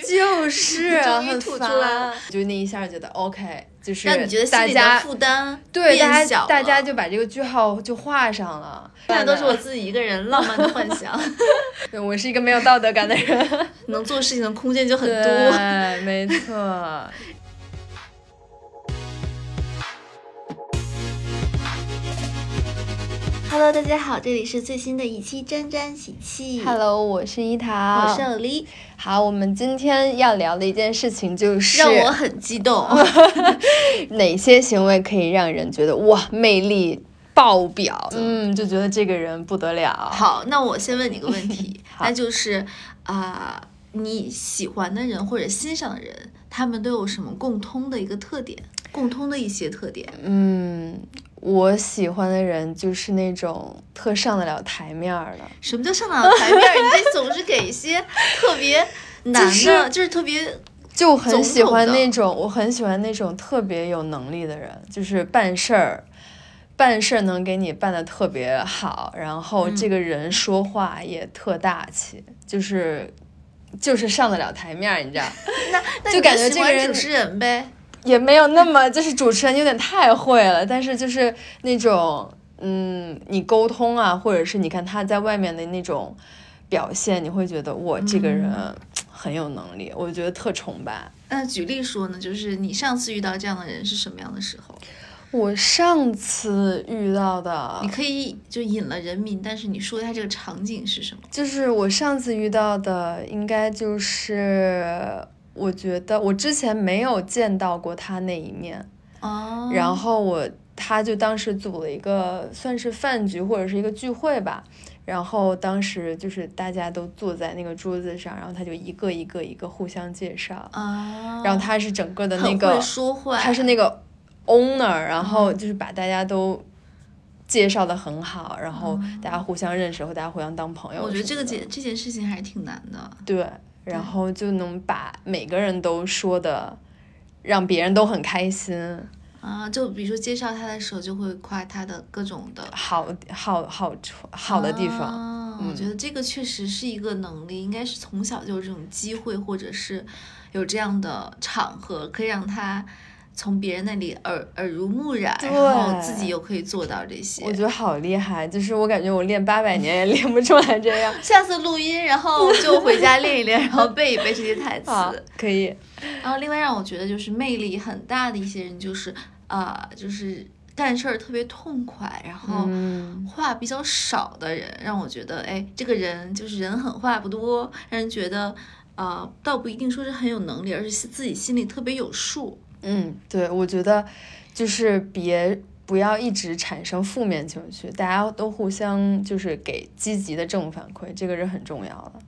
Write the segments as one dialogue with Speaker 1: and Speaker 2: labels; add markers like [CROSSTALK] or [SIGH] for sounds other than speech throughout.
Speaker 1: [LAUGHS]
Speaker 2: 就是啊
Speaker 1: 终于
Speaker 2: 很
Speaker 1: 吐出
Speaker 2: 烦
Speaker 1: 来了，
Speaker 2: 就那一下觉得 OK，就是
Speaker 1: 让你觉得心
Speaker 2: 大
Speaker 1: 里的
Speaker 2: 家
Speaker 1: 负担
Speaker 2: 对
Speaker 1: 变
Speaker 2: 大
Speaker 1: 小
Speaker 2: 家大家
Speaker 1: 了
Speaker 2: 就把这个句号就画上了。
Speaker 1: [LAUGHS] 现在都是我自己一个人浪漫的幻想，
Speaker 2: 对 [LAUGHS] 我是一个没有道德感的人，
Speaker 1: [LAUGHS] 能做事情的空间就很多。
Speaker 2: 对，没错。
Speaker 1: Hello，大家好，这里是最新的一期《沾沾喜气》。
Speaker 2: Hello，我是伊
Speaker 1: [LAUGHS]
Speaker 2: 桃，
Speaker 1: 我是欧丽，
Speaker 2: 好，我们今天要聊的一件事情就是，
Speaker 1: 让我很激
Speaker 2: [LAUGHS]
Speaker 1: 动。
Speaker 2: 哪些行为可以让人觉得哇魅力爆表？嗯，就觉得这个人不得了。
Speaker 1: 好，那我先问你个问题
Speaker 2: [LAUGHS] ，好
Speaker 1: 那就是啊、你喜欢的人或者欣赏的人，他们都有什么共通的一个特点？共通的一些特点？
Speaker 2: 嗯，我喜欢的人就是那种特上得了台面儿的。
Speaker 1: 什么叫上档台面儿？你这总是给一些特别难的，
Speaker 2: 是
Speaker 1: 就是特别
Speaker 2: 就很喜欢
Speaker 1: 总统的
Speaker 2: 那种，我很喜欢那种特别有能力的人，就是办事儿，办事儿能给你办的特别好，然后
Speaker 1: 嗯
Speaker 2: 这个人说话也特大气，就是就是上得了台面儿，你知道，
Speaker 1: 那那
Speaker 2: 就
Speaker 1: 你
Speaker 2: 感觉
Speaker 1: 喜
Speaker 2: 这个
Speaker 1: 欢
Speaker 2: 人
Speaker 1: 主持人呗，
Speaker 2: 也没有那么就是主持人有点太会了，但是就是那种嗯，你沟通啊，或者是你看他在外面的那种表现，你会觉得哇，这个人很有能力，我觉得特崇拜。
Speaker 1: 那举例说呢，就是你上次遇到这样的人是什么样的时候？
Speaker 2: 我上次遇到的
Speaker 1: 你，可以就引了人名，但是你说一下这个场景是什么？
Speaker 2: 就是我上次遇到的，应该就是我觉得我之前没有见到过他那一面，
Speaker 1: 哦，
Speaker 2: 然后我他就当时组了一个算是饭局或者是一个聚会吧。然后当时就是大家都坐在那个桌子上，然后他就一个一个一个互相介绍，
Speaker 1: 啊，
Speaker 2: 然后他是整个的那
Speaker 1: 很
Speaker 2: 个
Speaker 1: 会说嗯话，
Speaker 2: 他是那个 owner，然后就是把大家都介绍的很好，然后大家互相认识，和大家互相当朋友什么
Speaker 1: 哦我觉
Speaker 2: 的。
Speaker 1: 得这个件这件事情还是挺难的。
Speaker 2: 对，然后就能把每个人都说的，让别人都很开心，
Speaker 1: 啊，就比如说介绍他的时候，就会夸他的各种的
Speaker 2: 好好好处好的地方。
Speaker 1: 啊我
Speaker 2: 嗯
Speaker 1: 觉得这个确实是一个能力，应该是从小就有这种机会，或者是有这样的场合，可以让他从别人那里耳耳濡目染，然后自己
Speaker 2: 对
Speaker 1: 又可以做到这些
Speaker 2: 我。觉得好厉害，就是我感觉我练八百年也练不出来这
Speaker 1: [LAUGHS]
Speaker 2: 样
Speaker 1: 下次录音，然后就回家练一练，然后背一背这些台词。
Speaker 2: 啊，可以。
Speaker 1: 然后另外让我觉得就是魅力很大的一些人，就是啊、就是干事儿特别痛快，然后
Speaker 2: 嗯
Speaker 1: 话比较少的人，让我觉得哎，这个人就是人狠话不多，让人觉得啊、呃倒不一定说是很有能力，而是自己心里特别有数。
Speaker 2: 嗯，对，我觉得就是别不要一直产生负面情绪，大家都互相就是给积极的正反馈，这个是很重要的。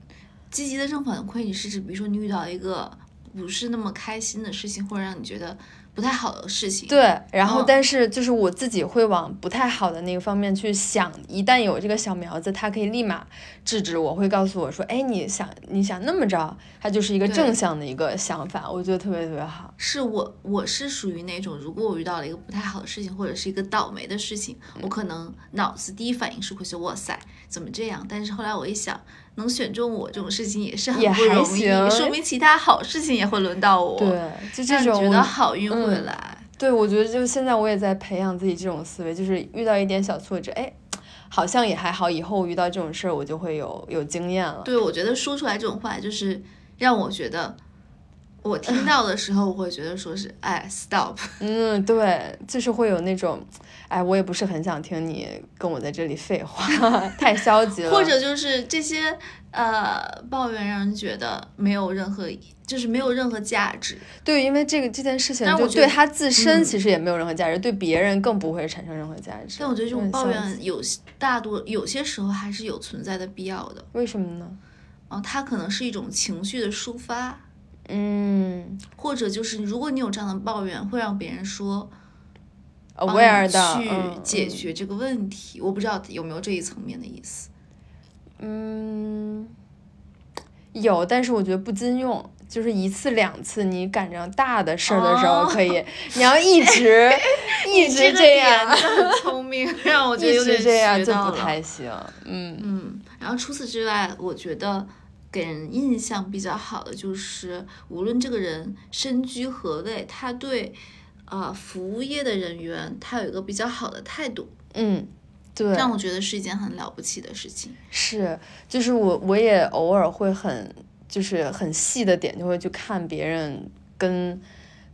Speaker 1: 积极的正反馈，你是指比如说你遇到一个不是那么开心的事情，或者让你觉得不太好的事情，
Speaker 2: 对，然后
Speaker 1: 嗯
Speaker 2: 但是就是我自己会往不太好的那个方面去想，一旦有这个小苗子，它可以立马制止我，会告诉我说，哎，你想你想那么着，它就是一个
Speaker 1: 对
Speaker 2: 正向的一个想法，我觉得特别特别好。
Speaker 1: 是我我是属于那种，如果我遇到了一个不太好的事情，或者是一个倒霉的事情，
Speaker 2: 嗯
Speaker 1: 我可能脑子第一反应是会说哇塞，怎么这样？但是后来我一想，能选中我这种事情也是
Speaker 2: 也
Speaker 1: 很不
Speaker 2: 还
Speaker 1: 容易，
Speaker 2: 行
Speaker 1: 说明其他好事情也会轮到我，
Speaker 2: 对，就
Speaker 1: 让
Speaker 2: 这
Speaker 1: 你
Speaker 2: 种
Speaker 1: 觉
Speaker 2: 我
Speaker 1: 得好运会
Speaker 2: 嗯
Speaker 1: 来。
Speaker 2: 对，我觉得就是现在我也在培养自己这种思维，就是遇到一点小挫折，哎，好像也还好，以后遇到这种事儿我就会有有经验了。
Speaker 1: 对，我觉得说出来这种话，就是让我觉得，我
Speaker 2: [LAUGHS]
Speaker 1: 听到的时候，我会觉得说是哎，stop，
Speaker 2: 嗯，对，就是会有那种，哎，我也不是很想听你跟我在这里废话， [LAUGHS] 太消极了。
Speaker 1: 或者就是这些呃抱怨，让人觉得没有任何，就是没有任何价值。
Speaker 2: 对，因为这个这件事情
Speaker 1: 但是
Speaker 2: 就
Speaker 1: 我觉
Speaker 2: 对
Speaker 1: 得
Speaker 2: 他自身
Speaker 1: 嗯
Speaker 2: 其实也没有任何价值，对别人更不会产生任何价值。
Speaker 1: 但我觉得这
Speaker 2: 有
Speaker 1: 种
Speaker 2: 点
Speaker 1: 抱
Speaker 2: 消
Speaker 1: 怨
Speaker 2: 极
Speaker 1: 有些大多有些时候还是有存在的必要的
Speaker 2: 为什么呢？
Speaker 1: 啊，它可能是一种情绪的抒发，
Speaker 2: 嗯
Speaker 1: 或者就是如果你有这样的抱怨，会让别人说帮你
Speaker 2: ，aware 的
Speaker 1: 去解。
Speaker 2: 嗯嗯
Speaker 1: 决这个问题。我不知道有没有这一层面的意思。
Speaker 2: 嗯，有，但是我觉得不经用。就是一次两次，你赶上大的事儿的时候
Speaker 1: 哦
Speaker 2: 可以，你要一
Speaker 1: [LAUGHS]
Speaker 2: 直一
Speaker 1: 个
Speaker 2: 直这
Speaker 1: 点
Speaker 2: [LAUGHS] 样，
Speaker 1: 真的很聪明，让我觉得
Speaker 2: 一
Speaker 1: 有
Speaker 2: 直
Speaker 1: 点
Speaker 2: 这样
Speaker 1: 学
Speaker 2: 就
Speaker 1: 到
Speaker 2: 不
Speaker 1: 了
Speaker 2: 太行。嗯
Speaker 1: 嗯，然后除此之外，我觉得给人印象比较好的就是，无论这个人身居何位，他对呃服务业的人员，他有一个比较好的态度，
Speaker 2: 嗯，对，
Speaker 1: 让我觉得是一件很了不起的事情。
Speaker 2: 是，就是我我也偶尔会很就是很细的点，就会去看别人跟，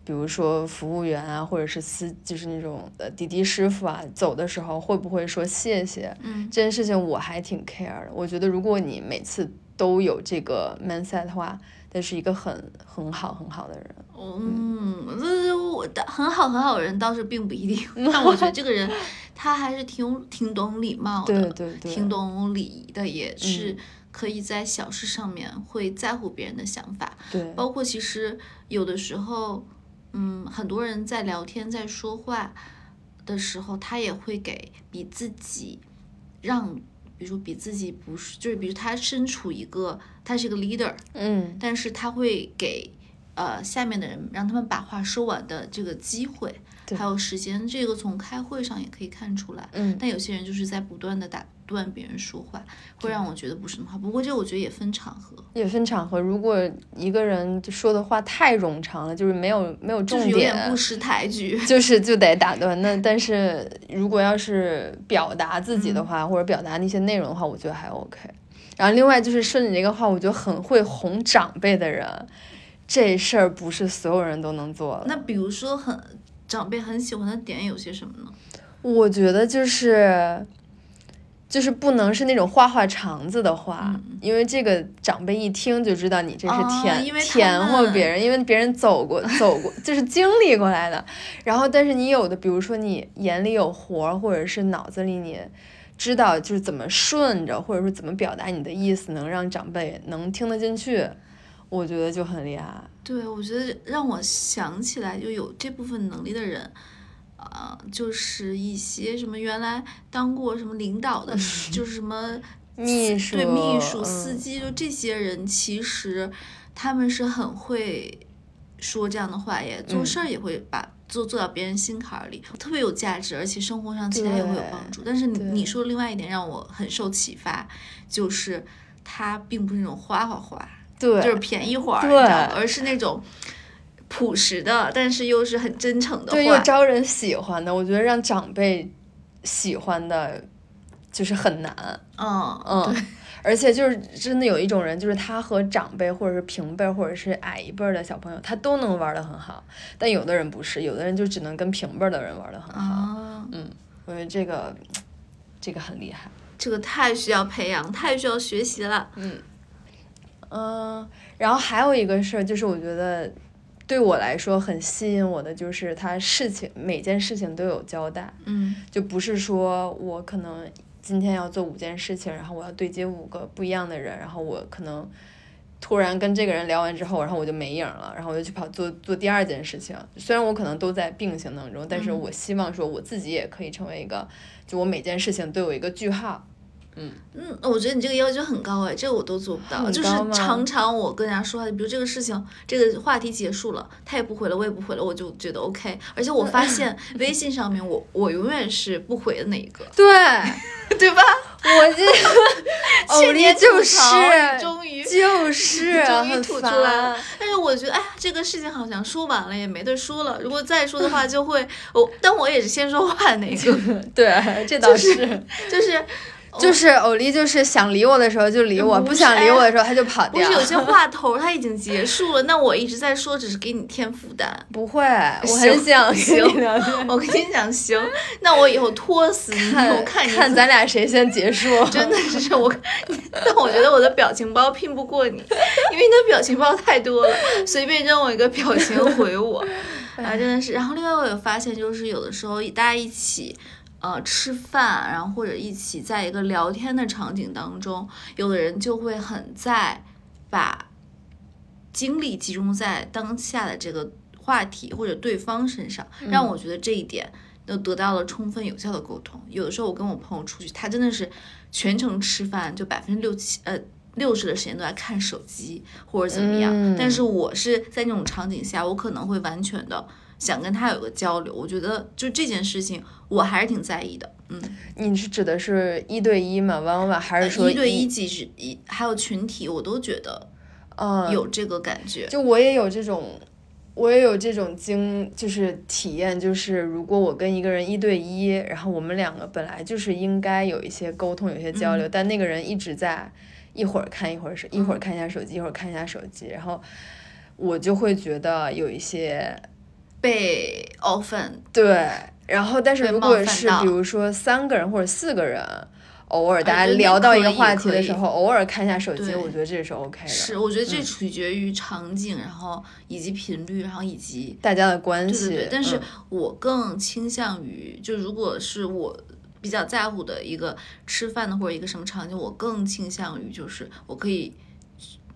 Speaker 2: 比如说服务员啊，或者是司就是那种呃滴滴师傅啊，走的时候会不会说谢谢
Speaker 1: 嗯
Speaker 2: 这件事情，我还挺 care 的。我觉得如果你每次都有这个 mindset 的话，那是一个很很好很好的人。
Speaker 1: 嗯，这我的很好很好的人倒是并不一
Speaker 2: [LAUGHS]
Speaker 1: 定，但我觉得这个人他还是挺有挺懂礼貌的，
Speaker 2: 对对对，
Speaker 1: 挺懂礼仪的，也是
Speaker 2: 嗯
Speaker 1: 可以在小事上面会在乎别人的想法。
Speaker 2: 对，
Speaker 1: 包括其实有的时候，嗯，很多人在聊天、在说话的时候，他也会给比自己让，比如说比自己不是，就是比如他身处一个，他是一个 leader，
Speaker 2: 嗯
Speaker 1: 但是他会给呃下面的人让他们把话说完的这个机会，
Speaker 2: 对
Speaker 1: 还有时间，这个从开会上也可以看出来。
Speaker 2: 嗯，
Speaker 1: 但有些人就是在不断的打断别人说话，会让我觉得不是很好。不过这我觉得也分场合，
Speaker 2: 也分场合。如果一个人就说的话太冗长了，就是没有没有
Speaker 1: 就
Speaker 2: 重
Speaker 1: 是
Speaker 2: 点，
Speaker 1: 有点不识抬举。
Speaker 2: [LAUGHS] 就是就得打断。那但是如果要是表达自己的话，
Speaker 1: 嗯
Speaker 2: 或者表达那些内容的话，我觉得还 OK。然后另外就是顺着你这个话，我觉得很会哄长辈的人，这事儿不是所有人都能做的。
Speaker 1: 那比如说很长辈很喜欢的点有些什么呢？
Speaker 2: 我觉得就是。就是不能是那种话话肠子的话，
Speaker 1: 嗯
Speaker 2: 因为这个长辈一听就知道你这是
Speaker 1: 哦
Speaker 2: 甜、
Speaker 1: 因为他
Speaker 2: 甜
Speaker 1: 们
Speaker 2: 或别人，因为别人走
Speaker 1: [LAUGHS]
Speaker 2: 过走过，就是经历过来的。然后，但是你有的，比如说你眼里有活儿，或者是脑子里你知道就是怎么顺着，或者说怎么表达你的意思，能让长辈能听得进去，我觉得就很厉害。
Speaker 1: 对，我觉得让我想起来就有这部分能力的人，呃，就是一些什么原来当过什么领导的，就是什么
Speaker 2: 秘书
Speaker 1: 对秘书、
Speaker 2: 嗯
Speaker 1: 司机，就这些人，其实他们是很会说这样的话，也做
Speaker 2: 嗯
Speaker 1: 事儿也会把。做做到别人心坎儿里，特别有价值，而且生活上其他也会有帮助。但是你
Speaker 2: 对
Speaker 1: 你说的另外一点让我很受启发，就是他并不是那种花花花，
Speaker 2: 对，
Speaker 1: 就是便宜花儿，
Speaker 2: 对
Speaker 1: 你知道吗而是那种朴实的，但是又是很真诚的
Speaker 2: 对，又
Speaker 1: 话。
Speaker 2: 招人喜欢的，我觉得让长辈喜欢的，就是很难，
Speaker 1: 嗯
Speaker 2: 嗯，而且就是真的有一种人，就是他和长辈或者是平辈或者是矮一辈儿的小朋友，他都能玩的很好，但有的人不是，有的人就只能跟平辈儿的人玩的很好，
Speaker 1: 啊，
Speaker 2: 我觉得这个这个很厉害。
Speaker 1: 这个太需要培养，太需要学习了。
Speaker 2: 嗯，然后还有一个事儿，就是我觉得对我来说很吸引我的，就是他事情每件事情都有交代，
Speaker 1: 嗯
Speaker 2: 就不是说我可能今天要做五件事情，然后我要对接五个不一样的人，然后我可能突然跟这个人聊完之后，然后我就没影儿了，然后我就去跑做做第二件事情。虽然我可能都在并行当中，但是
Speaker 1: 嗯
Speaker 2: 我希望说我自己也可以成为一个，就我每件事情都有一个
Speaker 1: [LAUGHS]
Speaker 2: 句号。
Speaker 1: 嗯，我觉得你这个要求很高哎，这个我都做不到。
Speaker 2: 很
Speaker 1: 就是
Speaker 2: 高吗
Speaker 1: 常常我跟人家说话，比如这个事情，这个话题结束了，他也不回了，我也不回了，我就觉得 OK。而且我发现
Speaker 2: 嗯 [LAUGHS]
Speaker 1: 微信上面我，我永远是不回的那一个，
Speaker 2: 对
Speaker 1: 对 [LAUGHS] 吧？
Speaker 2: 我这
Speaker 1: 去
Speaker 2: 偶力
Speaker 1: 年吐
Speaker 2: 哦就
Speaker 1: 槽
Speaker 2: 是
Speaker 1: 终于
Speaker 2: 就是
Speaker 1: 终于
Speaker 2: 很
Speaker 1: 吐出
Speaker 2: 烦
Speaker 1: 来了。但是我觉得，哎呀，这个事情好像说完了，也没得说了。如果再说的话，就会我，但我也是先说话的那
Speaker 2: [LAUGHS]
Speaker 1: 个，
Speaker 2: 对，这倒是。
Speaker 1: 就是
Speaker 2: 就是欧丽，就是想理我的时候就理我，
Speaker 1: 哦不
Speaker 2: 不
Speaker 1: 是哎
Speaker 2: 想理我的时候他就跑
Speaker 1: 不
Speaker 2: 掉。
Speaker 1: 是有些话头它已经结束了，那我一直在说，只是给你添负担。
Speaker 2: 不会，我
Speaker 1: 行
Speaker 2: 很想
Speaker 1: 行
Speaker 2: 跟你聊天。
Speaker 1: [LAUGHS] 我跟你讲，行，那我以后拖死你，我看
Speaker 2: 看
Speaker 1: 你
Speaker 2: 看
Speaker 1: 怎么。
Speaker 2: 咱俩谁先结束。
Speaker 1: 真的是我， [LAUGHS] 但我觉得我的表情包拼不过你，因为你的表情包太多了，随便扔我一个表情回我，啊，真的是。然后另外我有发现，就是有的时候大家一起。呃，吃饭，然后或者一起在一个聊天的场景当中，有的人就会很在把精力集中在当下的这个话题或者对方身上，
Speaker 2: 嗯
Speaker 1: 让我觉得这一点都得到了充分有效的沟通。有的时候我跟我朋友出去，他真的是全程吃饭，就百分之六七呃。六十的时间都在看手机或者怎么样，
Speaker 2: 嗯
Speaker 1: 但是我是在那种场景下，我可能会完全的想跟他有个交流。我觉得就这件事情，我还是挺在意的。嗯，
Speaker 2: [LAUGHS]
Speaker 1: 呃
Speaker 2: 你是指的是一对一吗？one on one 还是说
Speaker 1: 一对一、几十一，还有群体，我都觉得
Speaker 2: 嗯，
Speaker 1: 有这个感觉。
Speaker 2: 就我也有这种，我也有这种经，就是体验，就是如果我跟一个人一对一，然后我们两个本来就是应该有一些沟通、有一些交
Speaker 1: 嗯
Speaker 2: 流，但那个人一直在一会儿看一会儿手，一会儿看一下手机，一会儿看一下手机，然后我就会觉得有一些
Speaker 1: 被 often
Speaker 2: 对。然后，但是
Speaker 1: 被
Speaker 2: 如
Speaker 1: 冒
Speaker 2: 果
Speaker 1: 犯
Speaker 2: 是
Speaker 1: 到
Speaker 2: 比如说三个人或者四个人，偶尔大
Speaker 1: 啊
Speaker 2: 家
Speaker 1: 对那
Speaker 2: 聊到
Speaker 1: 可
Speaker 2: 一个
Speaker 1: 以
Speaker 2: 话题
Speaker 1: 可
Speaker 2: 的
Speaker 1: 以
Speaker 2: 时候，偶尔看一下手机，
Speaker 1: 对
Speaker 2: 我觉得这是 OK 的。
Speaker 1: 是，我觉得
Speaker 2: 嗯
Speaker 1: 这取决于场景，然后以及频率，然后以及
Speaker 2: 大家的关
Speaker 1: 对
Speaker 2: 系，
Speaker 1: 对对，但是
Speaker 2: 嗯
Speaker 1: 我更倾向于，就如果是我比较在乎的一个吃饭的或者一个什么场景，我更倾向于就是我可以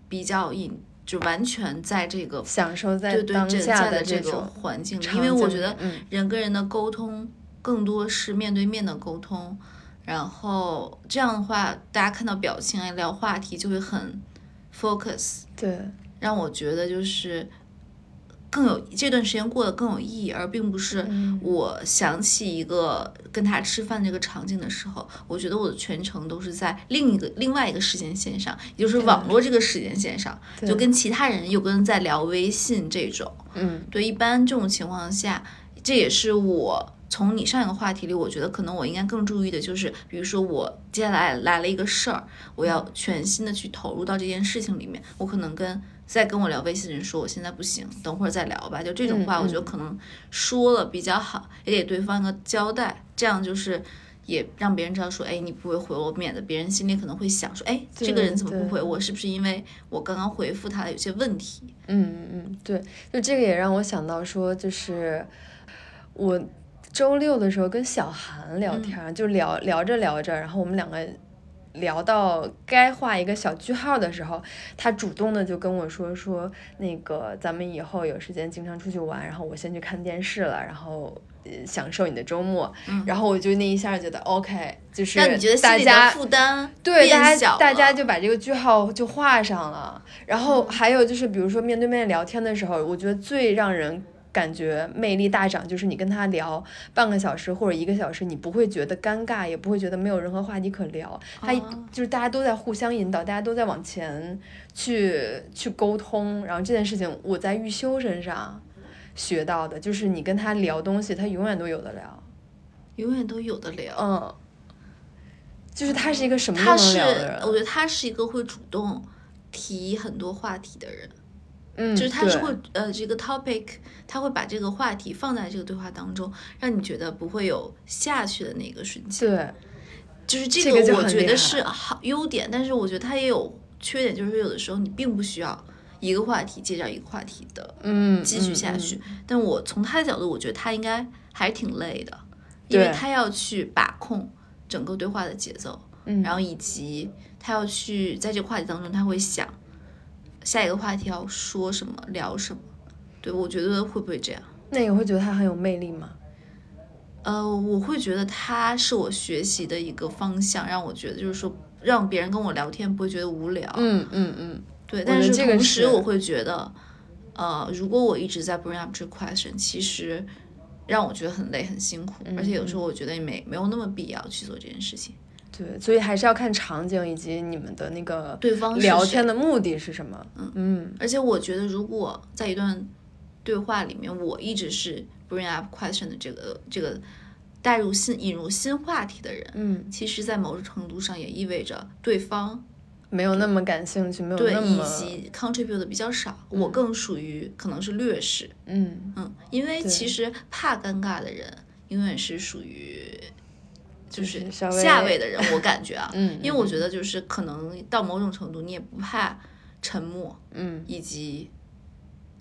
Speaker 1: 比较引，就完全在这个
Speaker 2: 享受在
Speaker 1: 对对
Speaker 2: 当
Speaker 1: 这
Speaker 2: 下
Speaker 1: 在的
Speaker 2: 这
Speaker 1: 这个
Speaker 2: 种
Speaker 1: 环境里，
Speaker 2: 场
Speaker 1: 因
Speaker 2: 景里，
Speaker 1: 为我觉得
Speaker 2: 嗯，
Speaker 1: 人跟人的沟通更多是面对面的沟通，然后这样的话，大家看到表情啊聊话题就会很 focus。
Speaker 2: 对，
Speaker 1: 让我觉得就是更有这段时间过得更有意义，而并不是
Speaker 2: 嗯
Speaker 1: 我想起一个跟他吃饭这个场景的时候，我觉得我的全程都是在另一个另外一个时间线上，也就是网络这个时间线上，
Speaker 2: 对
Speaker 1: 就跟其他人有跟人在聊微信这种。
Speaker 2: 嗯，
Speaker 1: 对，一般这种情况下，这也是我从你上一个话题里，我觉得可能我应该更注意的就是，比如说我接下来来了一个事儿，我要
Speaker 2: 嗯
Speaker 1: 全心的去投入到这件事情里面，我可能跟。再跟我聊微信的人说我现在不行，等会儿再聊吧。就这种话，
Speaker 2: 嗯
Speaker 1: 我觉得可能说了比较好，也给对方一个交代，这样就是也让别人知道说，哎，你不会回我，免得别人心里可能会想说，哎，这个
Speaker 2: 对
Speaker 1: 人怎么不
Speaker 2: 对
Speaker 1: 回我？是不是因为我刚刚回复他有些问题？
Speaker 2: 嗯嗯，对，就这个也让我想到说，就是我周六的时候跟小韩聊
Speaker 1: 嗯
Speaker 2: 天儿，就聊聊着聊着，然后我们两个聊到该画一个小句号的时候，他主动的就跟我说说那个咱们以后有时间经常出去玩，然后我先去看电视了，然后。呃享受你的周末，
Speaker 1: 嗯
Speaker 2: 然后我就那一下觉得 OK，就是
Speaker 1: 让你觉得
Speaker 2: 大
Speaker 1: 心里
Speaker 2: 家
Speaker 1: 的负担
Speaker 2: 对，大
Speaker 1: 变小了
Speaker 2: 家
Speaker 1: 嗯
Speaker 2: 大家就把这个句号就画上了。然后还有就是，比如说面对面聊天的时候，我觉得最让人感觉魅力大涨，就是你跟他聊半个小时或者一个小时，你不会觉得尴尬，也不会觉得没有任何话题可聊。他
Speaker 1: 哦
Speaker 2: 就是大家都在互相引导，大家都在往前去去沟通。然后这件事情我在玉修身上学到的，就是你跟他聊东西，他永远都有的聊。
Speaker 1: 永远都有的聊。
Speaker 2: 嗯，就是他是一个什么嗯都
Speaker 1: 他
Speaker 2: 能
Speaker 1: 是
Speaker 2: 聊的人，，
Speaker 1: 我觉得他是一个会主动提很多话题的人，
Speaker 2: 嗯，
Speaker 1: 就是他是
Speaker 2: 对
Speaker 1: 会呃这个 topic，他会把这个话题放在这个对话当中，让你觉得不会有下去的那个瞬间。
Speaker 2: 对，
Speaker 1: 就是
Speaker 2: 这
Speaker 1: 这
Speaker 2: 个就
Speaker 1: 个，我
Speaker 2: 很
Speaker 1: 觉
Speaker 2: 厉
Speaker 1: 得
Speaker 2: 害
Speaker 1: 是好优点，但是我觉得他也有缺点，就是有的时候你并不需要一个话题接着一个话题的
Speaker 2: 嗯，
Speaker 1: 继续下
Speaker 2: 嗯
Speaker 1: 去。。但我从他的角度，我觉得他应该还是挺累的，因
Speaker 2: 对
Speaker 1: 为他要去把控整个对话的节奏，
Speaker 2: 嗯，
Speaker 1: 然
Speaker 2: 后
Speaker 1: 后以及他要去在这个话题当中，他会想下一个话题要说什么，聊什么。对，我觉得会不会这样？
Speaker 2: 那你会觉得他很有魅力吗？
Speaker 1: 呃，我会觉得他是我学习的一个方向，让我觉得就是说，让别人跟我聊天不会觉得无聊。
Speaker 2: 嗯嗯嗯，
Speaker 1: 对，
Speaker 2: 觉
Speaker 1: 但
Speaker 2: 得
Speaker 1: 是
Speaker 2: 这个
Speaker 1: 同
Speaker 2: 是
Speaker 1: 时我会觉得，呃，如果我一直在 bring up 这 question，其实让我觉得很累很辛苦，
Speaker 2: 嗯
Speaker 1: 而且有时候我觉得没没有那么必要去做这件事情。
Speaker 2: 对，所以还是要看场景以及你们的那个
Speaker 1: 对方是
Speaker 2: 聊
Speaker 1: 谁
Speaker 2: 天的目的是什么。嗯
Speaker 1: 而且我觉得，如果在一段对话里面，我一直是 bring up question 的这个这个带入新引入新话题的人，
Speaker 2: 嗯，
Speaker 1: 其实，在某种程度上也意味着对方
Speaker 2: 没有那么感兴趣，没有
Speaker 1: 对
Speaker 2: 那
Speaker 1: 以
Speaker 2: 么
Speaker 1: 及 contribute 的比较少，我更属于可能是劣势，
Speaker 2: 嗯，
Speaker 1: 嗯，因为
Speaker 2: 对
Speaker 1: 其实怕尴尬的人，永远是属于就
Speaker 2: 就是
Speaker 1: 是
Speaker 2: 稍微
Speaker 1: 下位的人，我感觉啊，
Speaker 2: [LAUGHS] 嗯
Speaker 1: 因为我觉得就是可能到某种程度，你也不怕沉默，
Speaker 2: 嗯
Speaker 1: 以及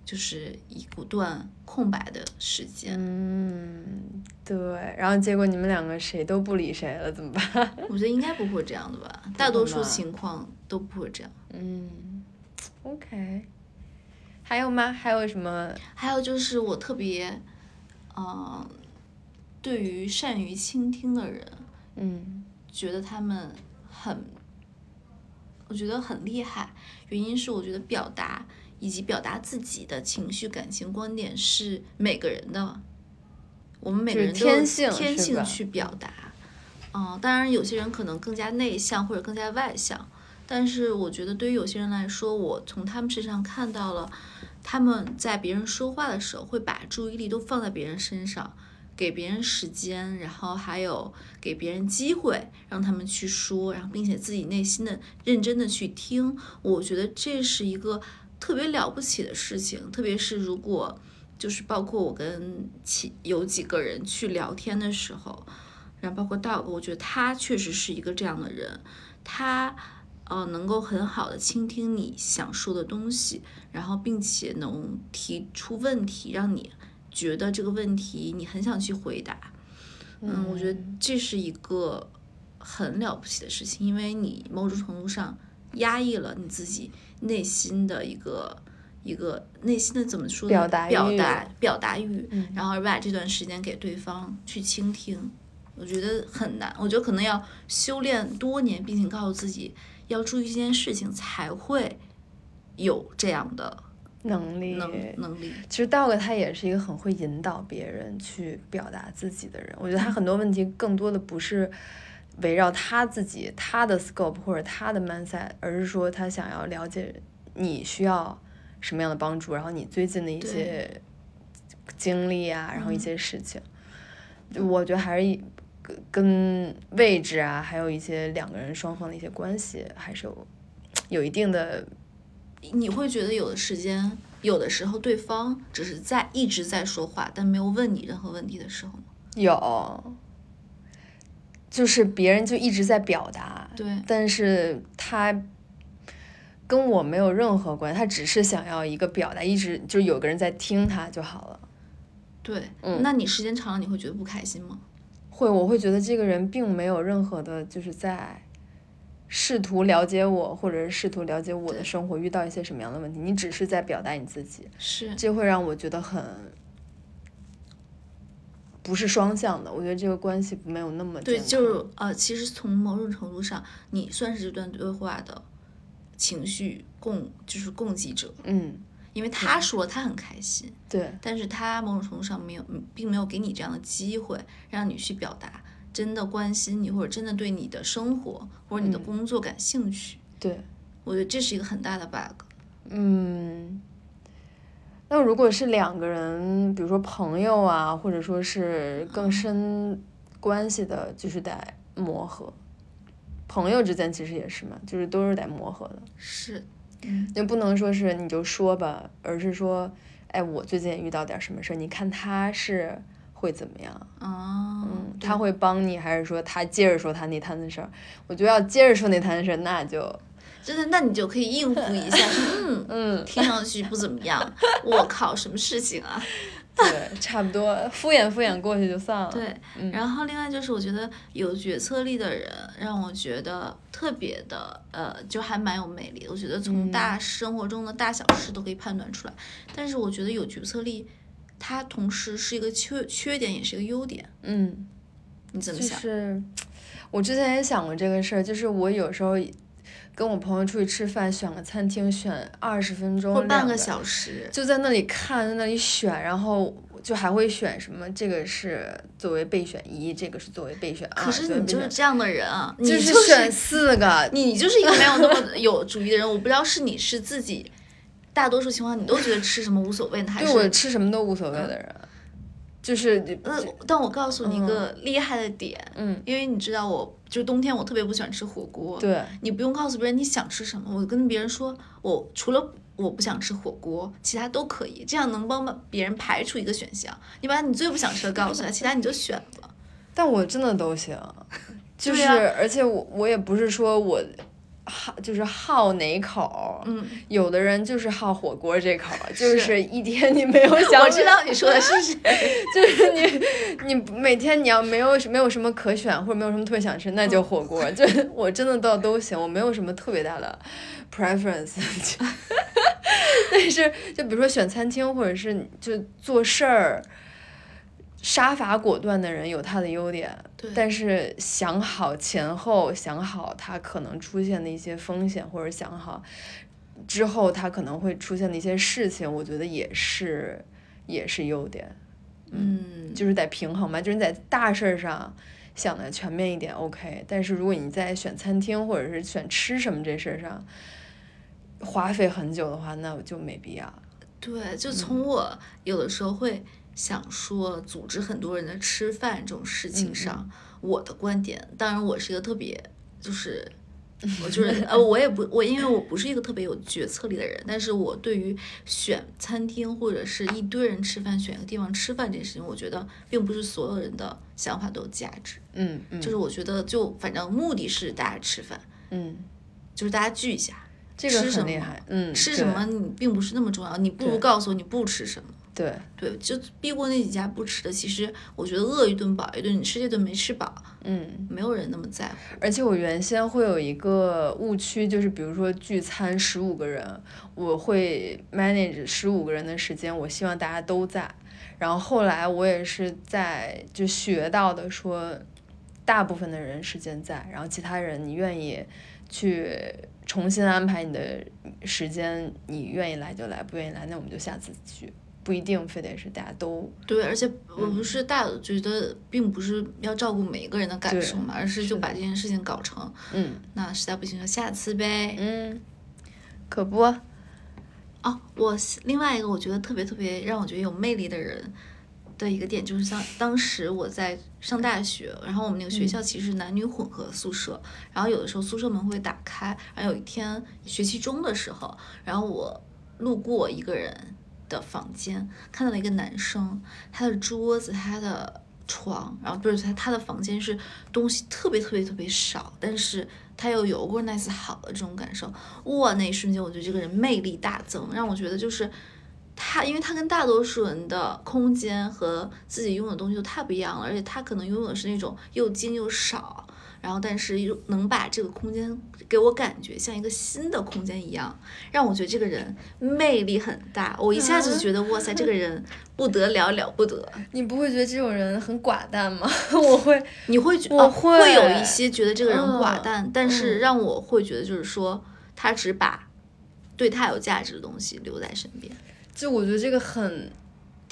Speaker 1: 就是一股段空白的时间，
Speaker 2: 嗯，对。然后结果你们两个谁都不理谁了，怎么办？
Speaker 1: 我觉得应该不会这样的吧，大多数
Speaker 2: 吧
Speaker 1: 情况都不会这样。
Speaker 2: 嗯，OK。还有吗？还有什么？
Speaker 1: 还有就是我特别，嗯、对于善于倾听的人，
Speaker 2: 嗯
Speaker 1: 觉得他们很，我觉得很厉害。原因是我觉得表达以及表达自己的情绪、感情、观点是每个人的，我们每个人
Speaker 2: 就是
Speaker 1: 都有
Speaker 2: 天性
Speaker 1: 天
Speaker 2: 是
Speaker 1: 性
Speaker 2: 吧
Speaker 1: 去表达。嗯，当然有些人可能更加内向或者更加外向，但是我觉得对于有些人来说，我从他们身上看到了他们在别人说话的时候会把注意力都放在别人身上。给别人时间，然后还有给别人机会，让他们去说，然后并且自己内心的认真的去听，我觉得这是一个特别了不起的事情，特别是如果就是包括我跟其有几个人去聊天的时候，然后包括道哥，我觉得他确实是一个这样的人，他呃能够很好的倾听你想说的东西，然后并且能提出问题，让你觉得这个问题你很想去回答。嗯，我觉得这是一个很了不起的事情，因为你某种程度上压抑了你自己内心的一个一个内心的怎么说呢
Speaker 2: 表达欲嗯
Speaker 1: 表达表达欲，然后把这段时间给对方去倾听。我觉得很难，我觉得可能要修炼多年，并且告诉自己要注意这件事情，才会有这样的
Speaker 2: 能力
Speaker 1: 能能力。
Speaker 2: 其实 Dog 他也是一个很会引导别人去表达自己的人。我觉得他很多问题更多的不是围绕他自己、他的 scope 或者他的 mindset，而是说他想要了解你需要什么样的帮助，然后你最近的一些经历啊，然后一些事情。就我觉得还是一跟跟位置啊，还有一些两个人双方的一些关系，还是有有一定的
Speaker 1: 你会觉得有的时间，有的时候对方只是在一直在说话，但没有问你任何问题的时候吗？
Speaker 2: 有，就是别人就一直在表达，
Speaker 1: 对，
Speaker 2: 但是他跟我没有任何关系，他只是想要一个表达，一直就有个人在听他就好了。
Speaker 1: 对，
Speaker 2: 嗯
Speaker 1: 那你时间长了，你会觉得不开心吗？
Speaker 2: 会，我会觉得这个人并没有任何的，就是在试图了解我，或者是试图了解我的
Speaker 1: 对
Speaker 2: 生活遇到一些什么样的问题，你只是在表达你自己，
Speaker 1: 是，
Speaker 2: 这会让我觉得很。不是双向的，我觉得这个关系没有那么
Speaker 1: 对，
Speaker 2: 健
Speaker 1: 就是呃，其实从某种程度上，你算是这段对话的情绪供，就是供给者，
Speaker 2: 康嗯，
Speaker 1: 因为他说他很开心，
Speaker 2: 对，
Speaker 1: 但是他某种程度上没有，嗯并没有给你这样的机会，让你去表达真的关心你，或者真的对你的生活或者你的
Speaker 2: 嗯
Speaker 1: 工作感兴趣。
Speaker 2: 对，
Speaker 1: 我觉得这是一个很大的 bug。
Speaker 2: 嗯，那如果是两个人，比如说朋友啊，或者说是更深关系的，就是得磨合。朋友之间其实也是嘛，就是都是得磨合的，
Speaker 1: 是，
Speaker 2: 就不能说是你就说吧，而是说，哎，我最近也遇到点什么事儿，你看他是会怎么样？
Speaker 1: 哦，
Speaker 2: 嗯，
Speaker 1: 对
Speaker 2: 他会帮你，还是说他接着说他那摊子事儿？我觉得要接着说那摊子事儿，那就 [LAUGHS]
Speaker 1: 真的，那你就可以应付一下，说嗯嗯，听上去不怎么样，我靠，什么事情啊？
Speaker 2: 对，差不多敷衍敷衍过去就算了。
Speaker 1: 对，
Speaker 2: 嗯
Speaker 1: 然后另外就是我觉得有决策力的人让我觉得特别的，呃，就还蛮有魅力的。我觉得
Speaker 2: 嗯
Speaker 1: 从大生活中的大小事都可以判断出来，但是我觉得有决策力，它同时是一个缺缺点，也是一个优点。
Speaker 2: 嗯。
Speaker 1: 你怎么
Speaker 2: 就
Speaker 1: 想？
Speaker 2: 是我之前也想过这个事儿，就是我有时候跟我朋友出去吃饭，选个餐厅选二十分钟
Speaker 1: 或半
Speaker 2: 两
Speaker 1: 个小时，
Speaker 2: 就在那里看，在那里选，然后就还会选什么？这个是作为备选一，这个是作为备选二，
Speaker 1: 可是
Speaker 2: 作为
Speaker 1: 你
Speaker 2: 备
Speaker 1: 就是
Speaker 2: 选
Speaker 1: 这样的人啊，你
Speaker 2: 就
Speaker 1: 是
Speaker 2: 是选四个，
Speaker 1: 你就是一个没有那么有主意的人，我不知道是你是自己，大多数情况你都觉得吃什么无所谓呢，还
Speaker 2: 对我
Speaker 1: 是？
Speaker 2: 吃什么都无所谓的
Speaker 1: 嗯
Speaker 2: 人，就是
Speaker 1: 呃，但我告诉你一个厉害的点，
Speaker 2: 嗯，
Speaker 1: 因为你知道我，就冬天我特别不喜欢吃火锅，
Speaker 2: 对，
Speaker 1: 你不用告诉别人你想吃什么，我跟别人说，我除了我不想吃火锅，其他都可以，这样能帮别人排除一个选项。你把你最不想吃的告诉他，其他你就选
Speaker 2: [LAUGHS]
Speaker 1: 吧。
Speaker 2: 但我真的都行，就是、
Speaker 1: 对啊
Speaker 2: 而且我我也不是说我好就是好哪口儿，
Speaker 1: 嗯，
Speaker 2: 有的人就是好火锅这口儿，就是是一天你没有
Speaker 1: [LAUGHS]
Speaker 2: 想，
Speaker 1: 我知，道你说的是
Speaker 2: [LAUGHS]
Speaker 1: 谁，
Speaker 2: 就是你你每天你要没有没有什么可选或者没有什么特别想吃，那
Speaker 1: 嗯
Speaker 2: 就火锅， [LAUGHS] 就我真的倒都行，我没有什么特别大的 preference，就 [LAUGHS] 但是就比如说选餐厅或者是就做事儿。杀伐果断的人有他的优点，
Speaker 1: 对
Speaker 2: 但是想好前后，想好他可能出现的一些风险，或者想好之后他可能会出现的一些事情，我觉得也是也是优点，
Speaker 1: 嗯，
Speaker 2: 就是得平衡嘛，就是你在大事儿上想的全面一点，OK。但是如果你在选餐厅或者是选吃什么这事儿上花费很久的话，那我就没必要。
Speaker 1: 对，
Speaker 2: 嗯
Speaker 1: 就从我有的时候会想说，组织很多人的吃饭这种
Speaker 2: 嗯
Speaker 1: 事情上，我的观点，当然我是一个特别，就是我
Speaker 2: [LAUGHS]
Speaker 1: 就是呃，我也不我因为我不是一个特别有决策力的人，但是我对于选餐厅或者是一堆人吃饭，选一个地方吃饭这件事情，我觉得并不是所有人的想法都有价值，
Speaker 2: 嗯嗯，
Speaker 1: 就是我觉得就反正目的是大家吃饭，
Speaker 2: 嗯，
Speaker 1: 就是大家聚一下，
Speaker 2: 这个
Speaker 1: 吃什
Speaker 2: 很
Speaker 1: 么
Speaker 2: 厉害，嗯，
Speaker 1: 吃什
Speaker 2: 对
Speaker 1: 么你并不是那么重要，你不如
Speaker 2: 对
Speaker 1: 告诉我你不吃什么。
Speaker 2: 对，
Speaker 1: 对，就避过那几家不吃的，其实我觉得饿一顿饱一顿，你吃这顿没吃饱，
Speaker 2: 嗯，
Speaker 1: 没有人那么在乎。
Speaker 2: 而且我原先会有一个误区，就是比如说聚餐十五个人，我会 manage 十五个人的时间，我希望大家都在。然后后来我也是在就学到的说，大部分的人时间在，然后其他人你愿意去重新安排你的时间，你愿意来就来，不愿意来那我们就下次聚，不一定非得是大家都
Speaker 1: 对，而且我不是大觉得，并不是要照顾每一个人的感
Speaker 2: 对
Speaker 1: 受嘛，而是
Speaker 2: 是
Speaker 1: 就
Speaker 2: 的
Speaker 1: 把这件事情搞成，
Speaker 2: 嗯
Speaker 1: 那实在不行就下次呗。
Speaker 2: 嗯，可不啊，
Speaker 1: 哦，我是另外一个我觉得特别特别让我觉得有魅力的人的一个点，就是像当时我在上大学，然后我们那个学校其实是男女混合宿舍，然后有的时候宿舍门会打开，然后有一天学期中的时候，然后我路过一个人的房间，看到了一个男生，他的桌子，他的。床，然后不是他他的房间是东西特别特别特别少，但是他又有 organize 好的这种感受，哇，那一瞬间我觉得这个人魅力大增，让我觉得就是他，因为他跟大多数人的空间和自己拥有的东西都太不一样了，而且他可能拥有的是那种又精又少，然后但是又能把这个空间给我感觉像一个新的空间一样，让我觉得这个人魅力很大，我一下就觉得哇塞，这个人不得了了不得，
Speaker 2: 你不会觉得这种人很寡淡吗？ [LAUGHS] 我会，
Speaker 1: 你会觉
Speaker 2: 我
Speaker 1: 哦
Speaker 2: 会
Speaker 1: 会有一些觉得这个人寡
Speaker 2: 嗯
Speaker 1: 淡，但是
Speaker 2: 嗯
Speaker 1: 让我会觉得就是说他只把对他有价值的东西留在身边。
Speaker 2: 就我觉得这个很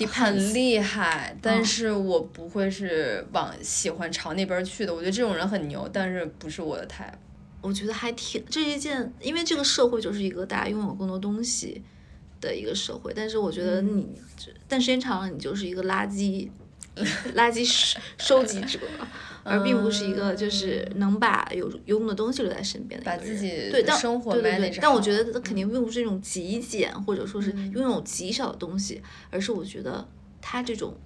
Speaker 2: 很厉害，
Speaker 1: 嗯
Speaker 2: 但是我不会是往喜欢朝那边去的。我觉得这种人很牛，但是不是我的 type。
Speaker 1: 我觉得还挺这是一件，因为这个社会就是一个大家拥有更多东西的一个社会，但是我觉得
Speaker 2: 嗯
Speaker 1: 你，但时间长了你就是一个垃圾 [LAUGHS] 垃圾收收集者，而并不是一个就是能把有有用的东西留在身边的一
Speaker 2: 嗯把
Speaker 1: 个
Speaker 2: 自
Speaker 1: 人
Speaker 2: 己的
Speaker 1: 对但
Speaker 2: 生活
Speaker 1: 对对对
Speaker 2: manage
Speaker 1: 但我
Speaker 2: 好
Speaker 1: 觉得肯定并不是那种极简或者说是
Speaker 2: 嗯
Speaker 1: 拥有极少的东西，而是我觉得他这种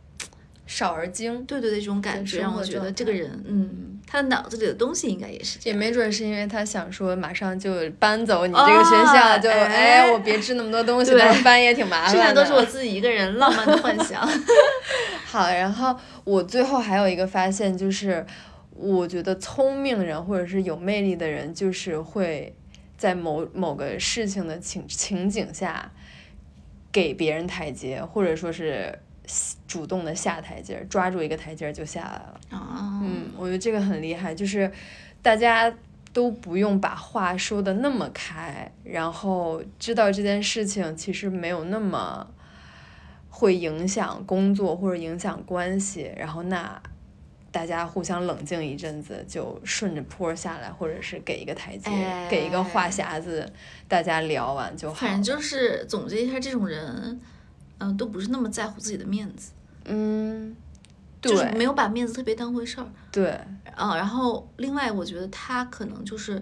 Speaker 2: 少而精，
Speaker 1: 对对对这种感
Speaker 2: 对
Speaker 1: 觉
Speaker 2: 生
Speaker 1: 让我
Speaker 2: 活
Speaker 1: 觉得
Speaker 2: 状
Speaker 1: 这个
Speaker 2: 态
Speaker 1: 人嗯，他的脑子里的东西应该也是这
Speaker 2: 也
Speaker 1: 样。
Speaker 2: 没准是因为他想说马上就搬走你这个学校，
Speaker 1: 哦
Speaker 2: 就
Speaker 1: 哎
Speaker 2: 哎我别支那么多东西，
Speaker 1: 对
Speaker 2: 但是搬也挺麻烦
Speaker 1: 剩
Speaker 2: 的。
Speaker 1: 下都是我自己一个人浪漫的幻
Speaker 2: [LAUGHS]
Speaker 1: 想。
Speaker 2: 好，然后我最后还有一个发现就是，我觉得聪明人或者是有魅力的人，就是会在某某个事情的情情景下，给别人台阶，或者说是主动的下台阶儿，抓住一个台阶儿就下来了。
Speaker 1: 啊，
Speaker 2: 嗯，我觉得这个很厉害，就是大家都不用把话说的那么开，然后知道这件事情其实没有那么会影响工作或者影响关系，然后那大家互相冷静一阵子，就顺着坡儿下来，或者是给一个台阶，给一个话
Speaker 1: 哎
Speaker 2: 匣子，大家聊完就好
Speaker 1: 反。正就是总结一下，这种人，嗯、都不是那么在乎自己的面子，
Speaker 2: 嗯，对
Speaker 1: 就是没有把面子特别当回事儿。
Speaker 2: 对，
Speaker 1: 啊，然后另外，我觉得他可能就是，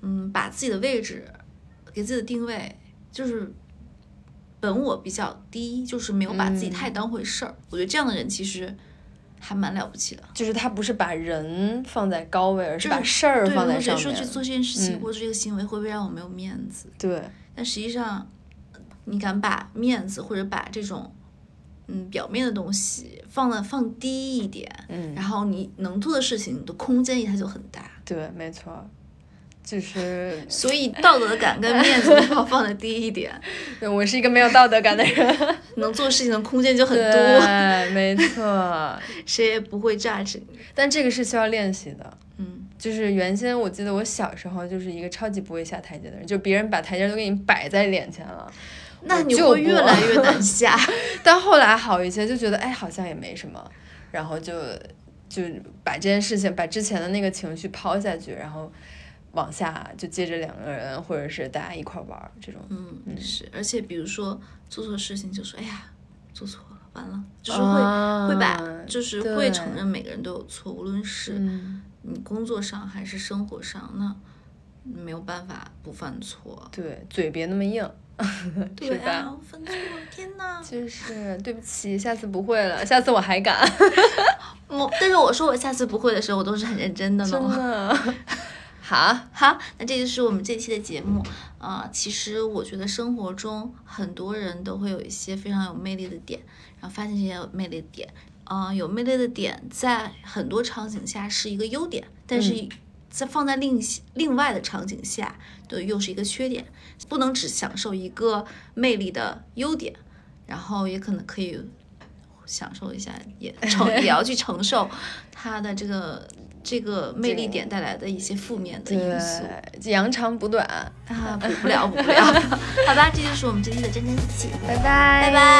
Speaker 1: 嗯，把自己的位置，给自己的定位，就是本我比较低，就是没有把自己
Speaker 2: 嗯
Speaker 1: 太当回事儿。我觉得这样的人其实还蛮了不起的。
Speaker 2: 就是他不是把人放在高位，而是
Speaker 1: 就是
Speaker 2: 把事儿
Speaker 1: 对，
Speaker 2: 放在
Speaker 1: 或者
Speaker 2: 上
Speaker 1: 说
Speaker 2: 面
Speaker 1: 去。做这件事情、
Speaker 2: 嗯
Speaker 1: 或者这个行为会不会让我没有面子？
Speaker 2: 对，
Speaker 1: 但实际上，你敢把面子或者把这种嗯表面的东西放的放低一点，
Speaker 2: 嗯
Speaker 1: 然。后你能做的事情的空间一下就很大。
Speaker 2: 对，没错儿，就是 [LAUGHS]
Speaker 1: 所以道德感跟面子都要放的低一点，
Speaker 2: 对我是一个没有道德感的人，
Speaker 1: 能做事情的空间就很多，
Speaker 2: 对，没错儿。
Speaker 1: 谁也不会 judge 你。
Speaker 2: 但这个是需要练习的，
Speaker 1: 嗯，
Speaker 2: 就是原先我记得我小时候就是一个超级不会下台阶的人，就别人把台阶都给你摆在脸前了。
Speaker 1: 那你
Speaker 2: 就
Speaker 1: 会越
Speaker 2: 不
Speaker 1: 来越
Speaker 2: [LAUGHS]
Speaker 1: 难下。
Speaker 2: 但后来好一些，就觉得哎，好像也没什么，然后就就把这件事情，把之前的那个情绪抛下去，然后往下就接着两个人或者是大家一块儿玩儿这种。
Speaker 1: 嗯，是，而且比如说做错事情，就说哎呀，做错了，完了，就是会、
Speaker 2: 啊
Speaker 1: 会把，就是会
Speaker 2: 对
Speaker 1: 承认每个人都有错，无论是
Speaker 2: 嗯，
Speaker 1: 你工作上还是生活上，那没有办法不犯错。
Speaker 2: 对，嘴别那么硬，
Speaker 1: 对
Speaker 2: [LAUGHS] 是吧
Speaker 1: 啊，我犯错，天哪！
Speaker 2: 就是对不起，下次不会了，下次我还敢，
Speaker 1: [LAUGHS] 我但是我说我下次不会的时候，我都是很认真的
Speaker 2: 真
Speaker 1: 呢。
Speaker 2: [LAUGHS] 的。好，
Speaker 1: 好，那这就是我们这期的节目啊、呃其实我觉得生活中很多人都会有一些非常有魅力的点，然后发现这些有魅力的点，呃，有魅力的点在很多场景下是一个优点，但是在放在另一些另外的场景下，对，又是一个缺点。不能只享受一个魅力的优点，然后也可能可以享受一下，也承也要去承受它的这个这个魅力点带来的一些负面的因素。
Speaker 2: 对，扬长补短，
Speaker 1: [LAUGHS] 啊，补不了，补不了。好吧，这就是我们这期的真真喜，
Speaker 2: 拜拜，
Speaker 1: 拜拜。